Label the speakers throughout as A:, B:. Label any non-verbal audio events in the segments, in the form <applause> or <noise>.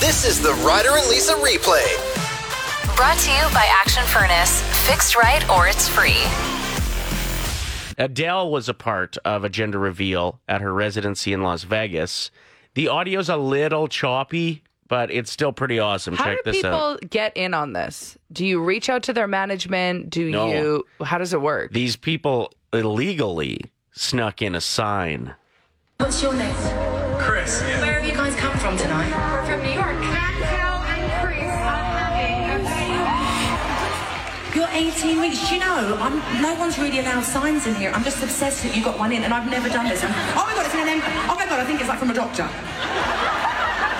A: This is the Ryder and Lisa replay.
B: Brought to you by Action Furnace. Fixed right or it's free.
C: Adele was a part of a gender reveal at her residency in Las Vegas. The audio's a little choppy, but it's still pretty awesome.
D: How
C: Check
D: do
C: this out.
D: people get in on this? Do you reach out to their management? Do
C: No.
D: you? How does it work?
C: These people illegally snuck in a sign.
E: What's your name? Chris. Where have you guys come from tonight?
F: We're from New York. Maxwell and Chris are having a
E: You're 18 weeks. Do you know? I'm. No one's really allowed signs in here. I'm just obsessed that you got one in, and I've never done this. I'm- oh my god, it's an M. Oh my god, I think it's like from
F: <laughs>
E: a doctor.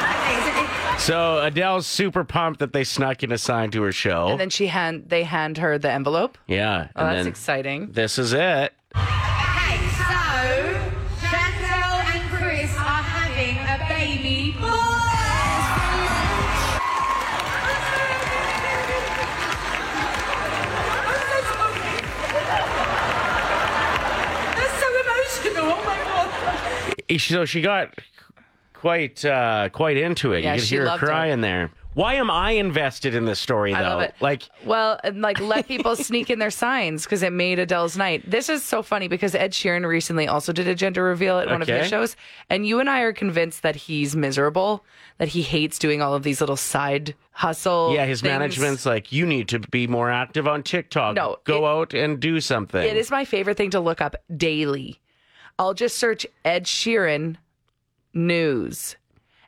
E: Okay, is it-
C: So Adele's super pumped that they snuck in a sign to her show.
D: and then she hand they hand her the envelope.
C: yeah.
D: Oh,
C: and
D: that's
C: then
D: exciting.
C: This is it.
F: Okay, so Chantel and Chris are having a baby boy.
E: That's so emotional. Oh my god.
C: So she got quite uh, quite into it.
D: Yeah,
C: you could
D: she
C: hear her
D: loved it.
C: crying there. Why am I invested in this story though?
D: I love it.
C: Like
D: well, and like
C: <laughs>
D: let people sneak in their signs because it made Adele's night. This is so funny because Ed Sheeran recently also did a gender reveal at one of his
C: Okay.
D: shows, and you and I are convinced that he's miserable, that he hates doing all of these little side hustle.
C: Yeah, his
D: things.
C: management's like, you need to be more active on TikTok.
D: No,
C: go
D: it-
C: out and do something.
D: It is my favorite thing to look up daily. I'll just search Ed Sheeran news.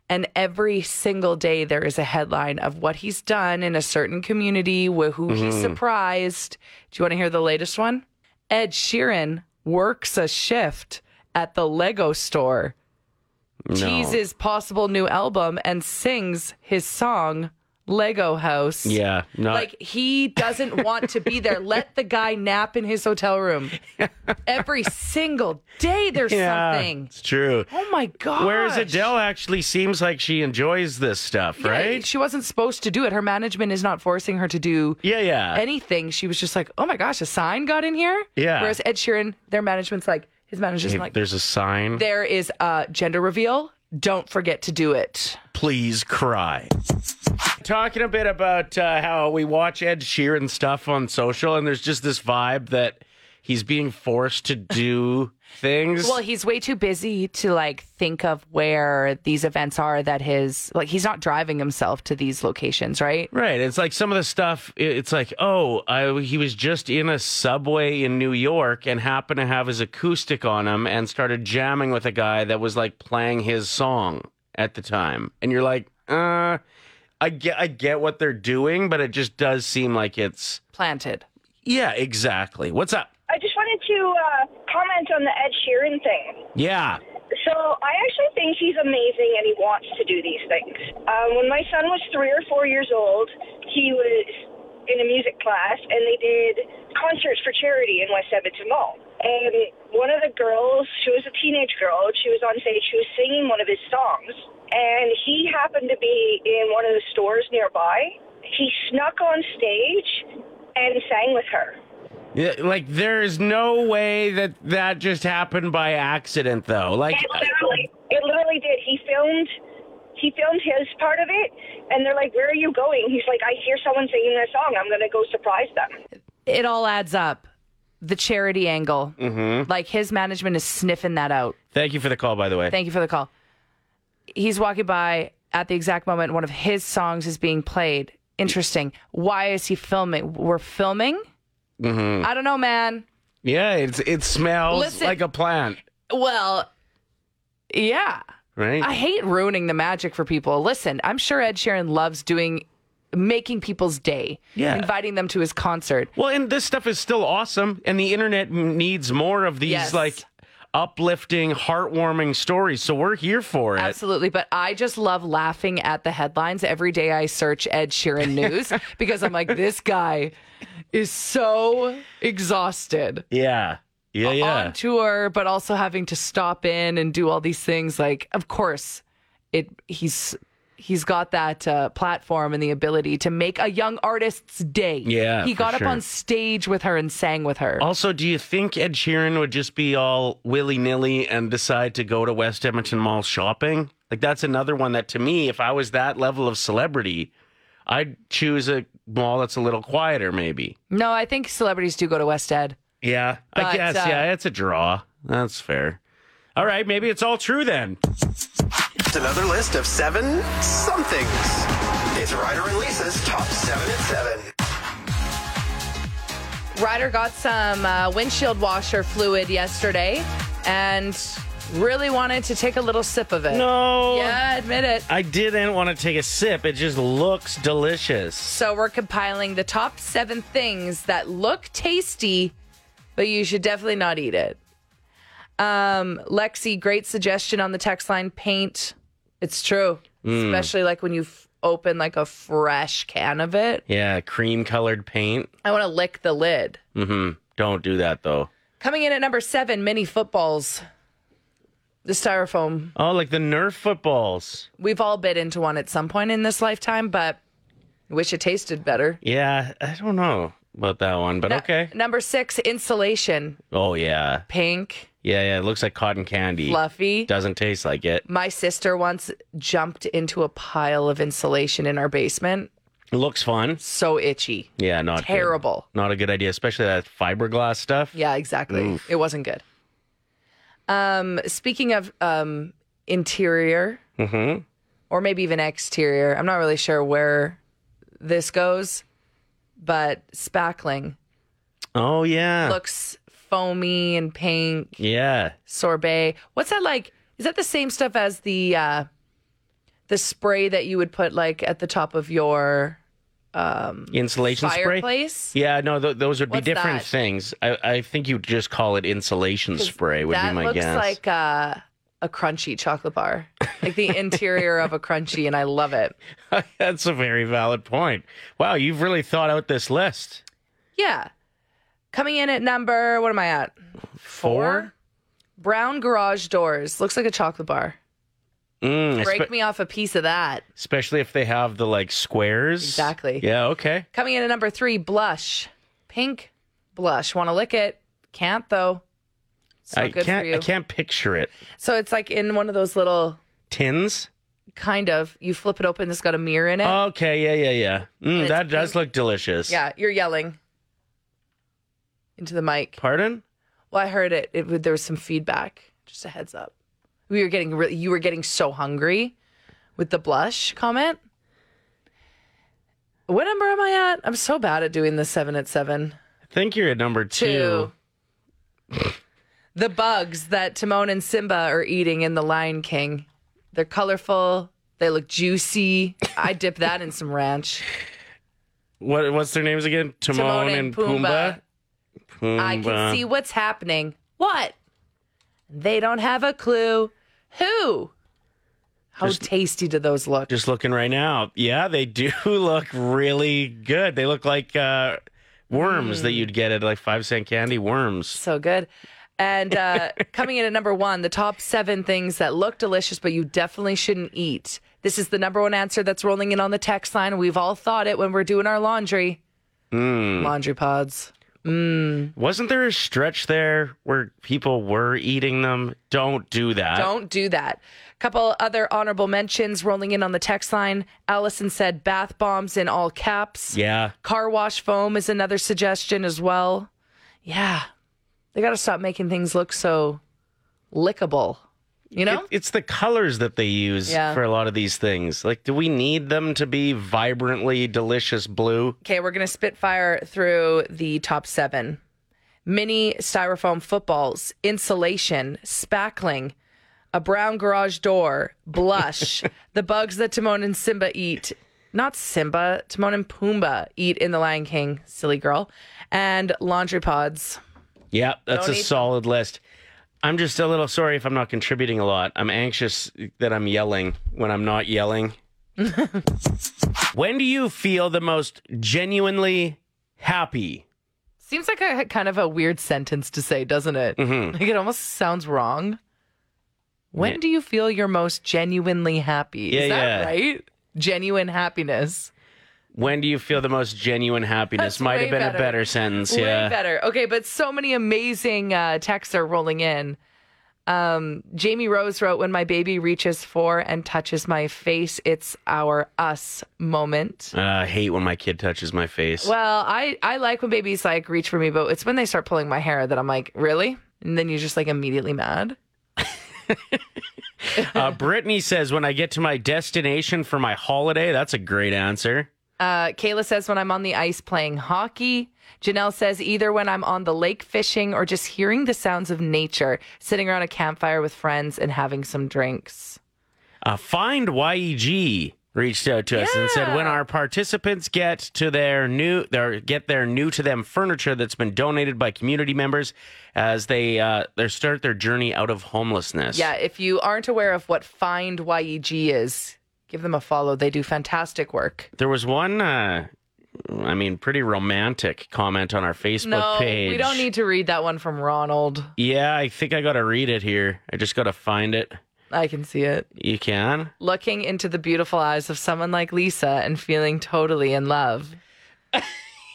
D: And every single day, there is a headline of what he's done in a certain community, wh- who he
C: Mm-hmm.
D: surprised. Do you want to hear the latest one? Ed Sheeran works a shift at the Lego store,
C: No.
D: teases possible new album, and sings his song, Lego House.
C: Yeah, not
D: Like he doesn't want to be there. Let the guy nap in his hotel room. Every single day there's
C: yeah,
D: something.
C: It's true.
D: Oh my god.
C: Whereas Adele actually seems like she enjoys this stuff, right?
D: She wasn't supposed to do it. Her management is not forcing her to do
C: Yeah, yeah.
D: anything. She was just like, "Oh my gosh, a sign got in here."
C: Yeah.
D: Whereas Ed Sheeran, their management's like, his manager's
C: Hey,
D: like,
C: there's a sign.
D: "There is a gender reveal. Don't forget to do it."
C: Please cry. Talking a bit about uh, how we watch Ed Sheeran stuff on social, and there's just this vibe that he's being forced to
D: <laughs>
C: do things.
D: Well, he's way too busy to like think of where these events are that his like he's not driving himself to these locations, right?
C: Right. It's like some of the stuff. i- It's like, oh, I, he was just in a subway in New York and happened to have his acoustic on him and started jamming with a guy that was like playing his song at the time. And you're like, uh, I get, I get what they're doing, but it just does seem like it's,
D: Planted.
C: yeah, exactly. What's up?
G: I just wanted to uh, comment on the Ed Sheeran thing.
C: Yeah.
G: So I actually think he's amazing and he wants to do these things. Um, when my son was three or four years old, he was in a music class and they did concerts for charity in West Edmonton Mall. And one of the girls, she was a teenage girl, she was on stage, she was singing one of his songs. And he happened to be in one of the stores nearby. He snuck on stage and sang with her.
C: Yeah, Like, there is no way that that just happened by accident, though. Like,
G: It literally, it literally did. He filmed, he filmed his part of it, and they're like, "Where are you going?" He's like, "I hear someone singing that song. I'm gonna go surprise them."
D: It all adds up. The charity angle. Mm-hmm. Like his management is sniffing that out.
C: thank you for the call, by the way.
D: Thank you for the call. He's walking by at the exact moment one of his songs is being played. Interesting. Why is he filming? We're filming? I don't know, man.
C: yeah, it's, it smells
D: Listen.
C: like a plant.
D: Well, yeah.
C: Right?
D: I hate ruining the magic for people. Listen, I'm sure Ed Sheeran loves doing making people's day,
C: Yeah.
D: inviting them to his concert.
C: Well, and this stuff is still awesome, and the internet m- needs more of these
D: Yes.
C: like uplifting, heartwarming stories. So we're here for it.
D: Absolutely, but I just love laughing at the headlines every day I search Ed
C: <laughs>
D: Sheeran news because I'm like this guy is so exhausted
C: Yeah, yeah, yeah.
D: on tour but also having to stop in and do all these things like of course it he's he's got that uh, platform and the ability to make a young artist's day.
C: Yeah,
D: He
C: for
D: got
C: sure. Oh.
D: up on stage with her and sang with her.
C: Also, do you think Ed Sheeran would just be all willy nilly and decide to go to West Edmonton Mall shopping? Like that's another one that to me, if I was that level of celebrity, I'd choose a mall that's a little quieter, maybe.
D: No, I think celebrities do go to West Ed.
C: Yeah, I
D: But,
C: guess.
D: uh,
C: yeah, it's a draw. That's fair. All right, maybe it's all true then.
A: It's another list of seven somethings. It's Ryder and Lisa's top seven and seven.
D: Ryder got some uh, windshield washer fluid yesterday and really wanted to take a little sip of it.
C: No.
D: Yeah, admit it.
C: I didn't want to take a sip. It just looks delicious.
D: So we're compiling the top seven things that look tasty, but you should definitely not eat it. Um, Lexi, great suggestion on the text line. Paint. It's true, especially like when you f- open like a fresh can of it.
C: Yeah, cream colored paint.
D: I want to lick the lid.
C: Mm-hmm. Don't do that though.
D: Coming in at number seven, mini footballs. The styrofoam.
C: Oh, like the Nerf footballs.
D: We've all bit into one at some point in this lifetime, but wish it tasted better.
C: Yeah, I don't know about that one, but okay.
D: Number six, insulation.
C: Oh yeah,
D: Pink,
C: yeah, yeah. It looks like cotton candy.
D: fluffy.
C: Doesn't taste like it.
D: My sister once jumped into a pile of insulation in our basement.
C: Looks fun.
D: So itchy.
C: Yeah, not good.
D: Terrible.
C: Not a good idea, especially that fiberglass stuff.
D: Yeah, exactly. It wasn't good. Um, speaking of um, interior,
C: Mm-hmm.
D: or maybe even exterior, I'm not really sure where this goes, but spackling
C: Oh yeah.
D: looks foamy and pink,
C: Yeah.
D: sorbet. What's that like? Is that the same stuff as the uh, the spray that you would put like at the top of your
C: Insulation spray.
D: fireplace?
C: Yeah, no, th- those would be
D: What's
C: different
D: that?
C: things. I, I think you'd just call it insulation spray. Would
D: that
C: be my
D: looks
C: guess.
D: like a, a crunchy chocolate bar, like the interior of a crunchy, and I love it.
C: <laughs> That's a very valid point. Wow, you've really thought out this list.
D: Yeah. Coming in at number, what am I at?
C: Four.
D: Brown garage doors. Looks like a chocolate bar.
C: Mm,
D: Break
C: espe-
D: me off a piece of that.
C: especially if they have the like squares.
D: Exactly.
C: Yeah. Okay.
D: Coming in at number three, blush. Pink blush. Want to lick it? Can't though. So
C: I
D: good
C: can't.
D: for you.
C: I can't picture it.
D: So it's like in one of those little
C: Tins.
D: kind of. You flip it open. It's got a mirror in it.
C: Okay. Yeah. Yeah. Yeah. Mm,
D: Eh. it's
C: that does look delicious.
D: yeah, you're yelling into the mic.
C: Pardon?
D: Well, I heard it. it. There was some feedback. Just a heads up. We were getting really, you were getting so hungry with the blush comment. What number am I at? I'm so bad at doing the seven at seven.
C: I think you're at number two.
D: Two. the bugs that Timon and Simba are eating in The Lion King. They're colorful. They look juicy. I dip that in some ranch.
C: What? What's their names again? Timon, and Pumbaa. Pumbaa.
D: I can see what's happening. What? They don't have a clue. Who? How tasty do those look?
C: Just looking right now. Yeah, they do <laughs> look really good. They look like uh, worms
D: Hmm.
C: that you'd get at like five cent candy worms.
D: so good. And uh, coming in at number one, the top seven things that look delicious but you definitely shouldn't eat. This is the number one answer that's rolling in on the text line. We've all thought it when we're doing our laundry. Laundry pods.
C: Wasn't there a stretch there where people were eating them? Don't do that.
D: Don't do that. Couple other honorable mentions rolling in on the text line. Allison said bath bombs in all caps.
C: Yeah.
D: Car wash foam is another suggestion as well. Yeah. They got to stop making things look so lickable. You know?
C: It- it's the colors that they use
D: Yeah.
C: for a lot of these things. Like, do we need them to be vibrantly delicious blue?
D: okay, we're going to spitfire through the top 7. Mini styrofoam footballs, insulation, spackling, a brown garage door,
C: <laughs>
D: blush, the bugs that Timon and Simba eat. Not Simba, Timon and Pumbaa eat in The Lion King, silly girl, and laundry pods.
C: Yeah, that's
D: Don't eat
C: a
D: them.
C: solid list. I'm just a little sorry if I'm not contributing a lot. I'm anxious that I'm yelling when I'm not
D: <laughs>
C: yelling. when do you feel the most genuinely happy?
D: Seems like a kind of a weird sentence to say, doesn't it? Like it almost sounds wrong. When
C: Mm-hmm. Yeah.
D: do you feel you're most genuinely happy?
C: Yeah,
D: Is that
C: yeah.
D: right? Genuine happiness.
C: When do you feel the most genuine happiness?
D: That's
C: Might
D: way
C: have been
D: better.
C: a better sentence.
D: Way
C: yeah.
D: better. Okay, but so many amazing uh, texts are rolling in. Um, Jamie Rose wrote, When my baby reaches for and touches my face, it's our us moment.
C: Uh, I hate when my kid touches my face.
D: Well, I, I like when babies like reach for me, but it's when they start pulling my hair that I'm like, really? And then you're just like immediately mad.
C: Uh, Brittany says, when I get to my destination for my holiday, that's a great answer.
D: Uh, Kayla says, when I'm on the ice playing hockey. Janelle says, either when I'm on the lake fishing or just hearing the sounds of nature, sitting around a campfire with friends and having some drinks.
C: Uh, Find YEG reached out to us and said, when our participants get to their new, their get their new to them furniture that's been donated by community members as they uh, they start their journey out of homelessness.
D: Yeah, if you aren't aware of what Find YEG is, give them a follow. They do fantastic work.
C: There was one, uh, I mean, pretty romantic comment on our Facebook
D: No,
C: page.
D: we don't need to read that one from Ronald.
C: Yeah, I think I got to read it here. I just got to find it.
D: I can see it.
C: You can.
D: Looking into the beautiful eyes of someone like Lisa and feeling totally in love.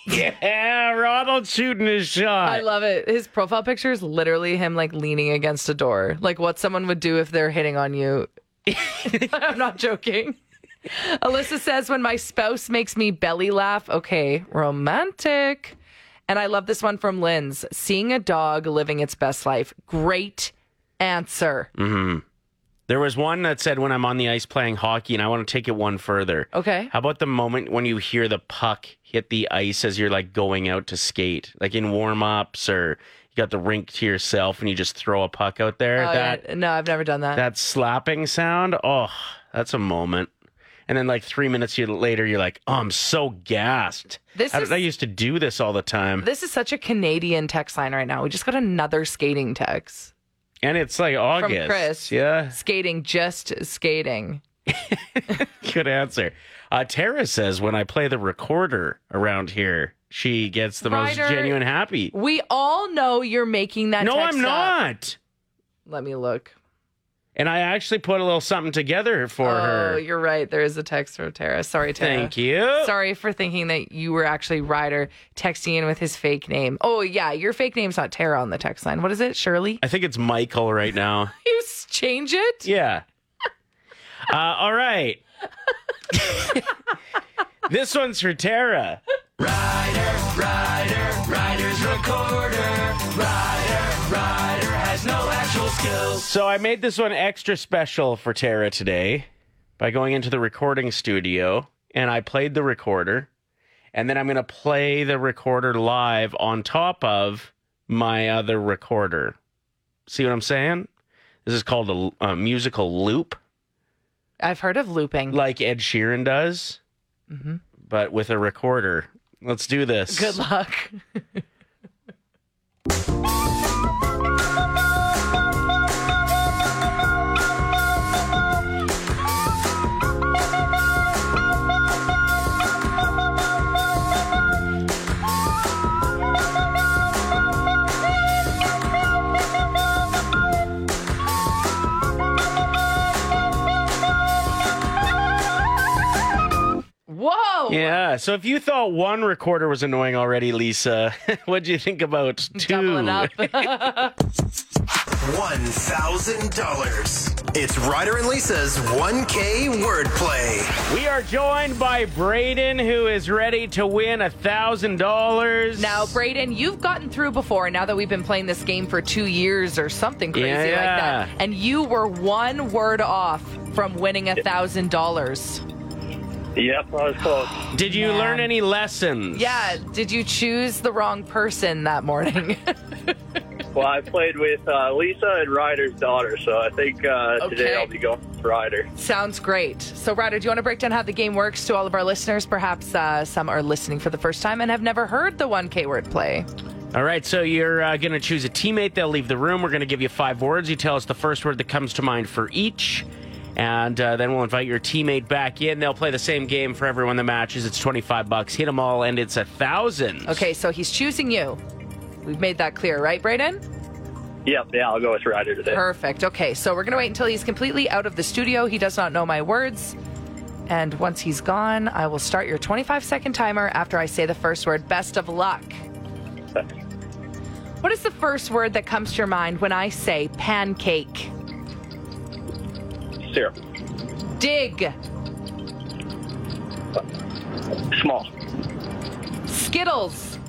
C: Yeah, Ronald shooting his shot.
D: I love it. His profile picture is literally him like leaning against a door, like what someone would do if they're hitting on you. <laughs> I'm not joking. Alyssa says, when my spouse makes me belly laugh, okay, romantic. And I love this one from Lynn's seeing a dog living its best life. Great answer.
C: there was one that said when I'm on the ice playing hockey, and I want to take it one further.
D: Okay.
C: How about the moment when you hear the puck hit the ice as you're like going out to skate, like in warm ups, or you got the rink to yourself and you just throw a puck out there?
D: Oh,
C: that
D: yeah. No, I've never done that.
C: that slapping sound. Oh, that's a moment. And then like three minutes you- later, you're like, oh, I'm so gassed.
D: This
C: I,
D: is-
C: I used to do this all the time.
D: This is such a Canadian text line right now. We just got another skating text.
C: and it's like August.
D: Chris.
C: Yeah. <laughs>
D: Skating, just skating.
C: Good answer. Uh, Tara says, when I play the recorder around here, she gets the
D: Ryder-
C: most genuine happy.
D: We all know you're making that
C: No,
D: text
C: I'm
D: up.
C: not.
D: Let me look.
C: And I actually put a little something together for
D: Oh,
C: her.
D: you're right. There is a text from Tara. Sorry, Tara.
C: Thank you.
D: Sorry for thinking that you were actually Ryder texting in with his fake name. Oh, yeah. Your fake name's not Tara on the text line. What is it? Shirley? <laughs>
C: I think it's Michael right now.
D: You s- change it?
C: Yeah. Uh, all right. this one's for Tara. Rider, rider, rider's recorder. Rider, rider has no actual skills. So I made this one extra special for Tara today by going into the recording studio and I played the recorder. And then I'm going to play the recorder live on top of my other recorder. See what I'm saying? This is called a l- a, musical loop,
D: I've heard of looping.
C: like Ed Sheeran does, but with a recorder. Let's do this.
D: Mm-hmm. Good luck. Whoa.
C: Yeah. So if you thought one recorder was annoying already, Lisa, <laughs> what do you think about two? <laughs>
D: Doubling up.
A: $1,000. It's Ryder and Lisa's 1K wordplay.
C: We are joined by Braden, who is ready to win a thousand dollars.
D: Now, Braden, you've gotten through before. Now that we've been playing this game for two years or something crazy
C: Yeah, yeah.
D: like that, and you were one word off from winning a thousand dollars.
H: Yep, I was close.
C: did you
D: Man.
C: learn any lessons?
D: Yeah, did you choose the wrong person that morning? <laughs>
H: Well, I played with uh, Lisa and Ryder's daughter, so I think uh,
D: Okay.
H: today I'll be going with Ryder.
D: Sounds great. So, Ryder, do you want to break down how the game works to all of our listeners? Perhaps uh, some are listening for the first time and have never heard the one K word play.
C: All right, so you're uh, going to choose a teammate. They'll leave the room. We're going to give you five words. You tell us the first word that comes to mind for each, and uh, then we'll invite your teammate back in. They'll play the same game for everyone that matches. It's twenty five bucks. Hit them all, and it's a thousand.
D: Okay, so he's choosing you. We've made that clear, right, Braden?
H: Yep, yeah, I'll go with Ryder today.
D: Perfect. Okay, so we're going to wait until he's completely out of the studio. He does not know my words. And once he's gone, I will start your
H: Uh,
D: 25 second timer after I say the first word. Best of luck. What is the first word that comes to your mind when I say pancake?
H: Syrup.
D: Dig.
H: Small.
D: Skittles.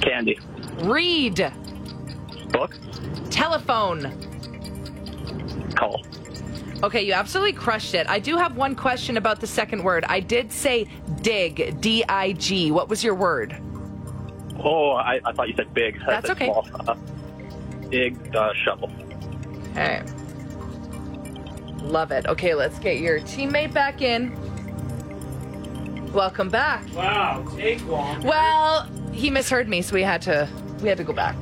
H: Candy.
D: Read.
H: Book.
D: Telephone.
H: Call.
D: Okay, you absolutely crushed it. I do have one question about the second word. I did say dig, D I G. What was your word?
H: Oh, I, I thought you said big. I
D: That's
H: said
D: okay.
H: Small. Uh, big uh, shovel.
D: Alright. Love it. Okay, let's get your teammate back in. Welcome back.
I: Wow, take long.
D: Well, he misheard me, so we had to we had to go back.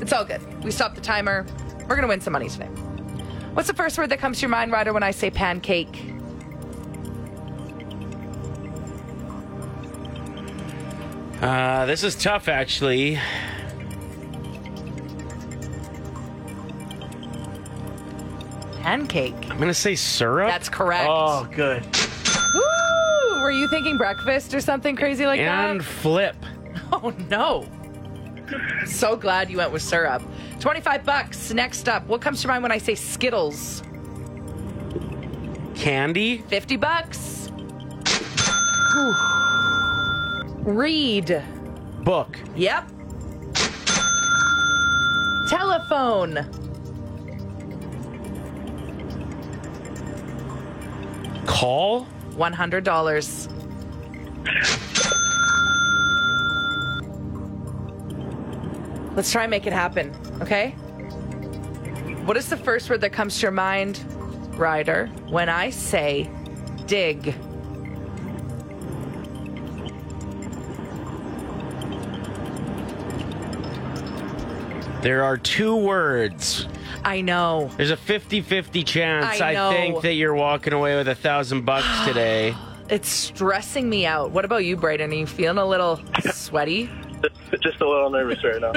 D: It's all good. We stopped the timer. We're gonna win some money today. What's the first word that comes to your mind, Ryder, when I say pancake?
C: Uh, this is tough, actually.
D: Pancake.
C: I'm gonna say syrup.
D: That's correct.
I: Oh, good.
D: Woo! Were you thinking breakfast or something crazy like
C: and
D: <laughs> that?
C: flip.
D: Oh no. So glad you went with syrup. 25 bucks. Next up, what comes to mind when I say Skittles?
C: Candy.
D: 50 bucks. Whew. Read.
C: Book.
D: Yep. Telephone.
C: Call.
D: $100. Let's try and make it happen, okay? What is the first word that comes to your mind, Ryder, when I say dig?
C: There are two words.
D: I know.
C: There's a 50 50 chance,
D: I
C: I,
D: know.
C: think, that you're walking away with a thousand
D: <gasps>
C: bucks today.
D: It's stressing me out. What about you, Brayden? Are you feeling a little sweaty?
H: Just, just a little nervous
D: <laughs>
H: right now.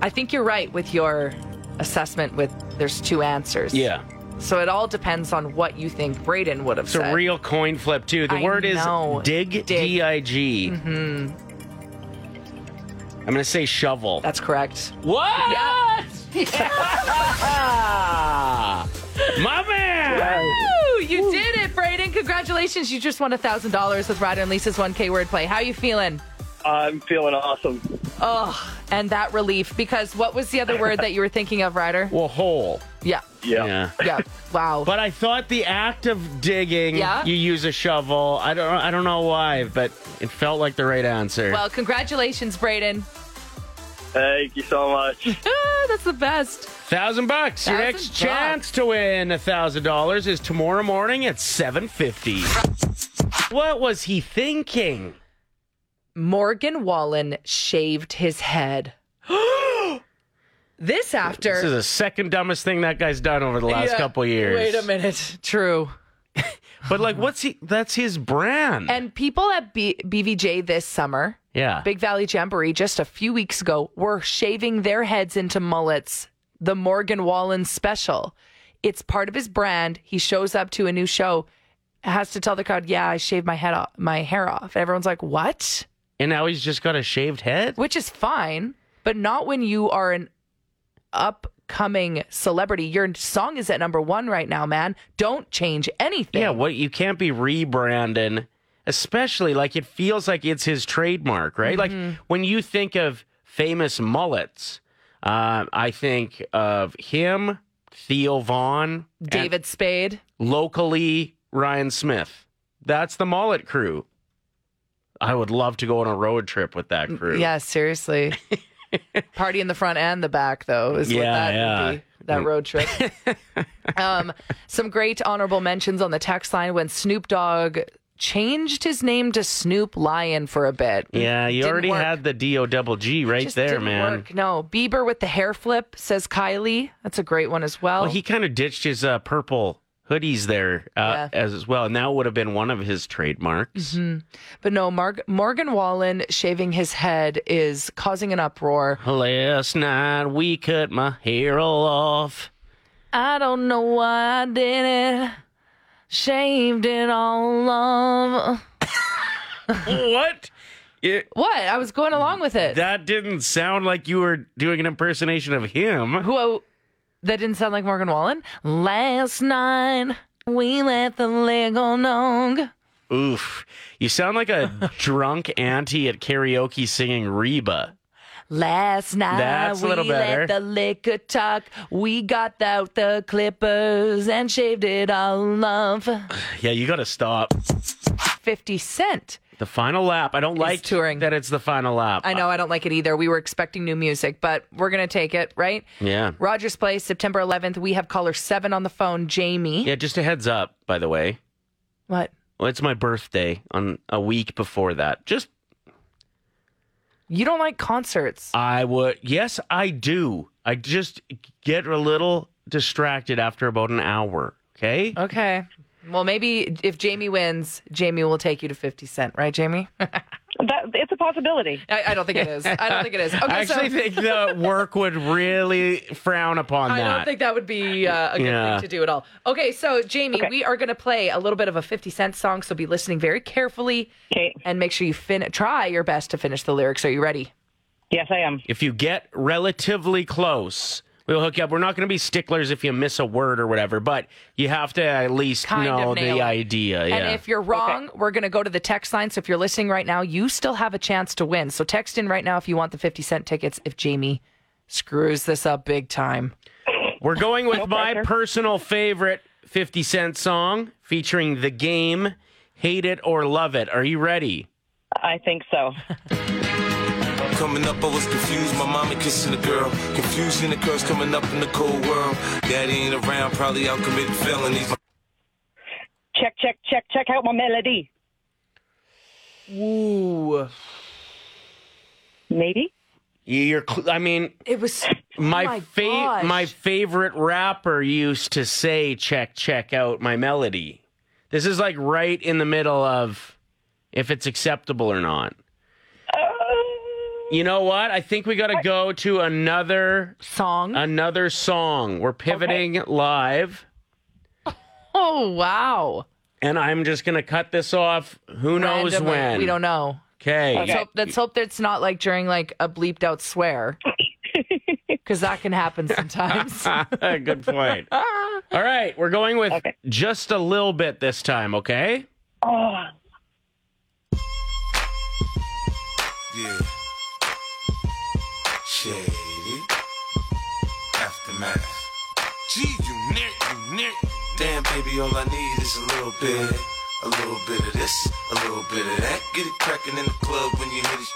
D: I think you're right with your assessment with there's two answers.
C: Yeah.
D: So it all depends on what you think Brayden would have
C: It's
D: said.
C: a real coin flip, too. The
D: I
C: word
D: know.
C: is dig,
D: Dig.
C: D I G. Mm-hmm. I'm going to say shovel.
D: That's correct.
C: what?
D: Yeah.
C: My man!
D: Woo! You did it, Brayden. Congratulations. You just won $1,000 with Ryder and Lisa's 1K wordplay. How you feeling?
H: I'm feeling awesome.
D: Oh, and that relief because what was the other word that you were thinking
C: <laughs>
D: of, Ryder?
C: Well, hole.
D: Yeah.
H: Yeah.
D: Yeah. Wow.
C: But I thought the act of digging,
D: Yeah?
C: you use a shovel. I don't, I don't know why, but it felt like the right answer.
D: Well, congratulations, Brayden.
H: Thank you so much.
D: Ah, that's the best.
C: Thousand bucks. Your
D: Thousand
C: next chance to win a thousand dollars is tomorrow morning at seven fifty. What was he thinking?
D: Morgan Wallen shaved his head. <gasps> this after.
C: This is the second dumbest thing that guy's done over the last
D: Yeah.
C: couple years.
D: Wait a minute. <laughs> True.
C: But like, what's he? That's his brand.
D: And people at B- BVJ this summer,
C: yeah.
D: Big Valley Jamboree, just a few weeks ago, were shaving their heads into mullets. The Morgan Wallen special. It's part of his brand. He shows up to a new show, has to tell the crowd, "Yeah, I shaved my head off, my hair off." Everyone's like, "What?"
C: and now he's just got a shaved head.
D: which is fine, but not when you are an upcoming celebrity. Your song is at number one right now, man. Don't change anything.
C: Yeah. What you can't be rebranding, especially like it feels like it's his trademark, right?
D: Mm-hmm.
C: Like when you think of famous mullets, uh, I think of him, Theo Vaughn,
D: David Spade.
C: locally Ryan Smith. That's the mullet crew. I would love to go on a road trip with that crew.
D: Yeah, seriously.
C: <laughs>
D: Party in the front and the back, though, is what
C: Yeah,
D: that
C: yeah.
D: would be. That
C: <laughs>
D: road trip. um, some great honorable mentions on the text line when Snoop Dogg changed his name to Snoop Lion for a bit.
C: Yeah, you
D: Mm-hmm. Didn't
C: already
D: work.
C: had the D O double G right
D: Just
C: there,
D: didn't
C: man.
D: work. No, Bieber with the hair flip says Kylie. That's a great one as well.
C: Well, he kind of ditched his uh, purple hoodies there uh,
D: Yeah. Mm-hmm.
C: as well, and that would have been one of his trademarks.
D: But no, Mar- Morgan Wallen shaving his head is causing an uproar.
C: Last night we cut my hair all off.
D: I don't know why I did it. Shaved it all off.
C: what It,
D: What? I was going along with it.
C: that didn't sound like you were doing an impersonation of him.
D: Who? oh, That didn't sound like Morgan Wallen. Last night we let the legal know.
C: Oof. You sound like
D: <laughs>
C: a drunk auntie at karaoke singing Reba.
D: Last night
C: That's a
D: we
C: little better.
D: let the liquor talk. We got out the clippers and shaved it all off.
C: Yeah, you got to stop.
D: Fifty Cent.
C: The final lap. I don't like
D: touring.
C: that it's the final lap.
D: I know I don't like it either. We were expecting new music, but we're gonna take it, right?
C: Yeah.
D: Rogers Place, September 11th. We have caller seven on the phone, Jamie.
C: Yeah, just a heads up, by the way.
D: What?
C: Well, it's my birthday on a week before that. Just
D: You don't like concerts?
C: I would yes, I do. I just get a little distracted after about an hour.
D: Uh,
C: Okay?
D: Okay. Well, maybe if Jamie wins, Jamie will take you to 50 Cent, right, Jamie? <laughs> I,
J: That, it's a possibility.
D: I don't think it is. I don't think it is. Okay,
C: <laughs> I actually
D: so
C: think
D: <laughs>
C: the work would really frown upon
D: I
C: that.
D: don't think that would be uh, a good
C: Yeah.
D: thing to do at all. Okay, so Jamie,
J: Okay.
D: we are going to play a little bit of a 50 Cent song, so be listening very carefully
J: Okay.
D: and make sure you fin- try your best to finish the lyrics. Are you ready?
J: Yes, I am.
C: if you get relatively close, we'll hook you up. We're not going to be sticklers if you miss a word or whatever, but you have to at least
D: Kind of
C: know
D: nail
C: the
D: it.
C: idea. Yeah.
D: And if you're wrong, we're going to go to the text line. So if you're listening right now, you still have a chance to win. So text in right now if you want the 50 cent tickets if Jamie screws this up big time.
C: We're going with my personal favorite 50 Cent song featuring the game Hate It or Love It. Are you ready?
J: I think so.
K: Coming up, I was confused. My mama kissing a girl. Confusion and curse coming up in the cold world. Daddy ain't around, probably out committing felonies.
J: Check, check, check, check out my melody.
D: Ooh.
J: Maybe.
C: You're, cl- I mean,
J: <laughs>
D: It was
C: my,
D: Oh my
C: fa-
D: gosh.
C: my favorite rapper used to say, check, check out my melody. This is like right in the middle of if it's acceptable or not. You know what? I think we got to go to another
D: song.
C: another song. We're pivoting live.
D: oh wow.
C: and I'm just gonna cut this off. Who knows
D: Randomly.
C: when?
D: We don't know.
C: Okay.
D: Let's hope, let's hope that it's not like during like a bleeped out
C: <laughs>
D: swear. Because that can happen sometimes.
C: <laughs> Good
D: <laughs>
C: point.
D: Ah.
C: All right, we're going with
J: Okay.
C: just a little bit this time. Okay.
J: Oh,
K: Yeah. Shady. Aftermath. Gee, you nick, you nick. Damn, baby, all I need is a little bit. A little bit of this, a little bit of that. Get it cracking in the club when you hit it.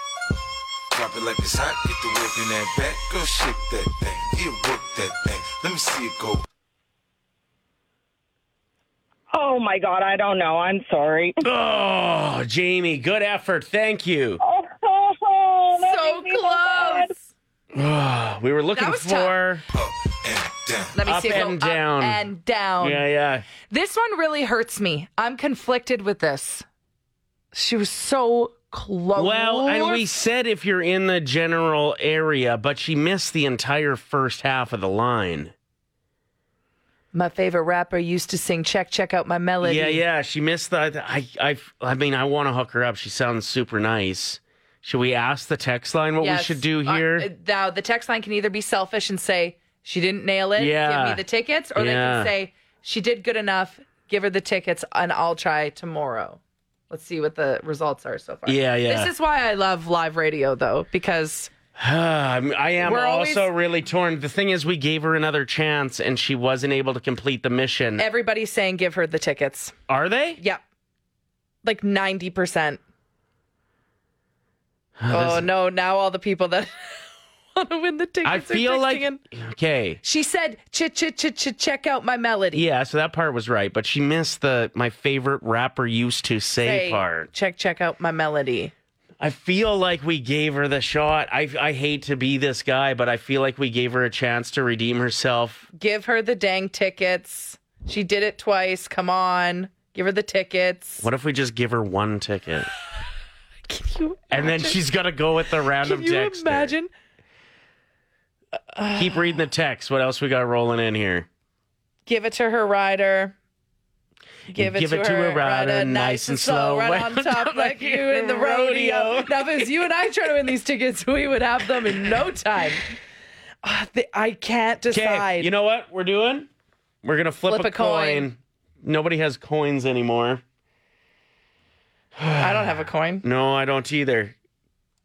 K: Drop it like it's hot, get the work in that back. Go shake that thing, yeah, work that thing. Let me see it go.
J: oh my God, I don't know. I'm sorry. <laughs>
C: Oh, Jamie, good effort. Thank you.
J: Oh, that
D: so
J: makes me bad.
D: close.
C: Ah, We were looking
D: That was
C: for.
K: Up and down.
D: Let me
C: Up
D: see it go
C: and
D: up
C: down.
D: and down.
C: Yeah, yeah.
D: This one really hurts me. I'm conflicted with this. She was so close.
C: Well, and we said if you're in the general area, but she missed the entire first half of the line.
D: my favorite rapper used to sing "Check, check out my melody."
C: Yeah, yeah. She missed the. I, I, I mean, I want to hook her up. She sounds super nice. Should we ask the text line what we
D: Yes.
C: should do
D: Uh,
C: here?
D: now the text line can either be selfish and say she didn't nail it,
C: Yeah.
D: give me the tickets, or
C: Yeah.
D: they can say she did good enough, give her the tickets, and I'll try tomorrow. Let's see what the results are so far.
C: Yeah, yeah.
D: This is why I love live radio though, because
C: Ah, I'm- I am
D: We're always-
C: also really torn. The thing is, we gave her another chance, and she wasn't able to complete the mission.
D: everybody's saying give her the tickets.
C: Are they?
D: Yep. Like 90%. Oh,
C: <sighs>
D: no. Now all the people that <laughs> want to win the tickets
C: I
D: are
C: feel like
D: texting in.
C: okay.
D: She said, ch ch ch ch check out my melody.
C: Yeah, so that part was right, but she missed the my favorite rapper used to say,
D: Say,
C: part.
D: Check, check out my melody.
C: I feel like we gave her the shot. I I hate to be this guy, but I feel like we gave her a chance to redeem herself
D: Give her the dang tickets. She did it twice. Come on. Give her the tickets.
C: What if we just give her one ticket?
D: Can you,
C: And then she's got to go with the random
D: can you
C: text.
D: imagine?
C: Keep reading the text. What else we got rolling in here?
D: Give it to her rider. Give it, to, her, ride her nice and slow, right
C: <laughs>
D: <laughs> on top like you in the rodeo. now, if it was you and I trying to win these tickets, we would have them in no time. Ah, the- I can't
C: Okay,
D: decide.
C: you know what we're doing? We're gonna flip,
D: Flip
C: a,
D: a coin.
C: coin. Nobody has coins anymore.
D: I don't <sighs> have a coin.
C: No, I don't either.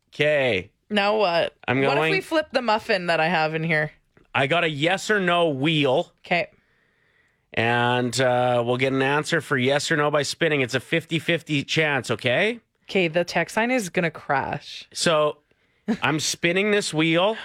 C: Okay,
D: Now what?
C: I'm
D: What if we
C: going-
D: flip the muffin that I have in here?
C: I got a yes or no wheel.
D: Okay.
C: And uh, we'll get an answer for yes or no by spinning. It's a 50 50 chance, okay?
D: Okay, the text sign is gonna crash.
C: So I'm spinning this wheel.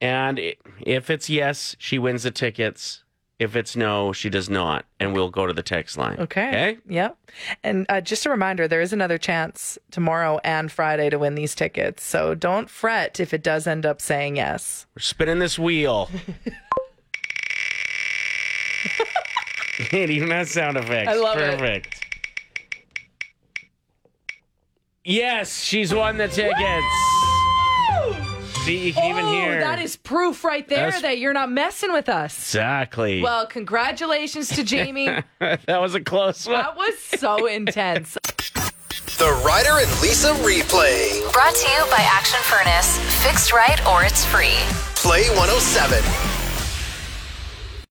C: And i- if it's yes, she wins the tickets. If it's no, she does not. And we'll go to the text line.
D: Okay.
C: Okay.
D: Yep. And uh, just a reminder, there is another chance tomorrow and Friday to win these tickets. So don't fret if it does end up saying yes.
C: We're spinning this
D: <laughs>
C: wheel. it even has sound effects.
D: I love it.
C: Perfect. Yes, she's won the tickets. See, you can even hear.
D: Oh, that is proof right there
C: That's-
D: that you're not messing
C: <laughs>
D: with us.
C: exactly.
D: Well, congratulations to
C: <laughs>
D: Jamie.
C: that was a close one.
D: that was so intense.
A: The Ryder and Lisa replay. oh
B: Brought to you by Action Furnace. Fixed right or it's free.
A: Play 107.